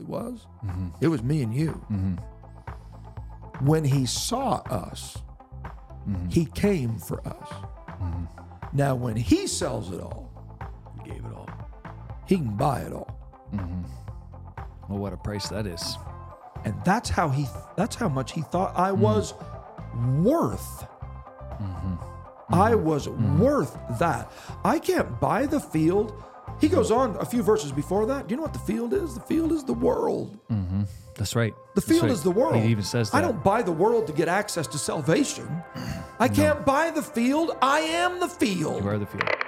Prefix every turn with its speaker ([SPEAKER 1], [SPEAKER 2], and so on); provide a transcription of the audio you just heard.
[SPEAKER 1] was?
[SPEAKER 2] Mm-hmm.
[SPEAKER 1] It was me and you. When he saw us,
[SPEAKER 2] Mm-hmm.
[SPEAKER 1] he came for us. Now, when he sells it all,
[SPEAKER 2] You Mm-hmm. gave it all.
[SPEAKER 1] he can buy it all.
[SPEAKER 2] Well, what a price that is.
[SPEAKER 1] and that's how he that's how much he thought
[SPEAKER 2] Mm-hmm.
[SPEAKER 1] i was worth i
[SPEAKER 2] Mm-hmm.
[SPEAKER 1] was worth that i can't buy the field he goes on a few verses before that do you know what the field is the field is the world
[SPEAKER 2] That's right.
[SPEAKER 1] the
[SPEAKER 2] That's
[SPEAKER 1] field
[SPEAKER 2] right.
[SPEAKER 1] is the world
[SPEAKER 2] He even says that.
[SPEAKER 1] i don't buy the world to get access to salvation i can't buy the field i am the field
[SPEAKER 2] You are the field.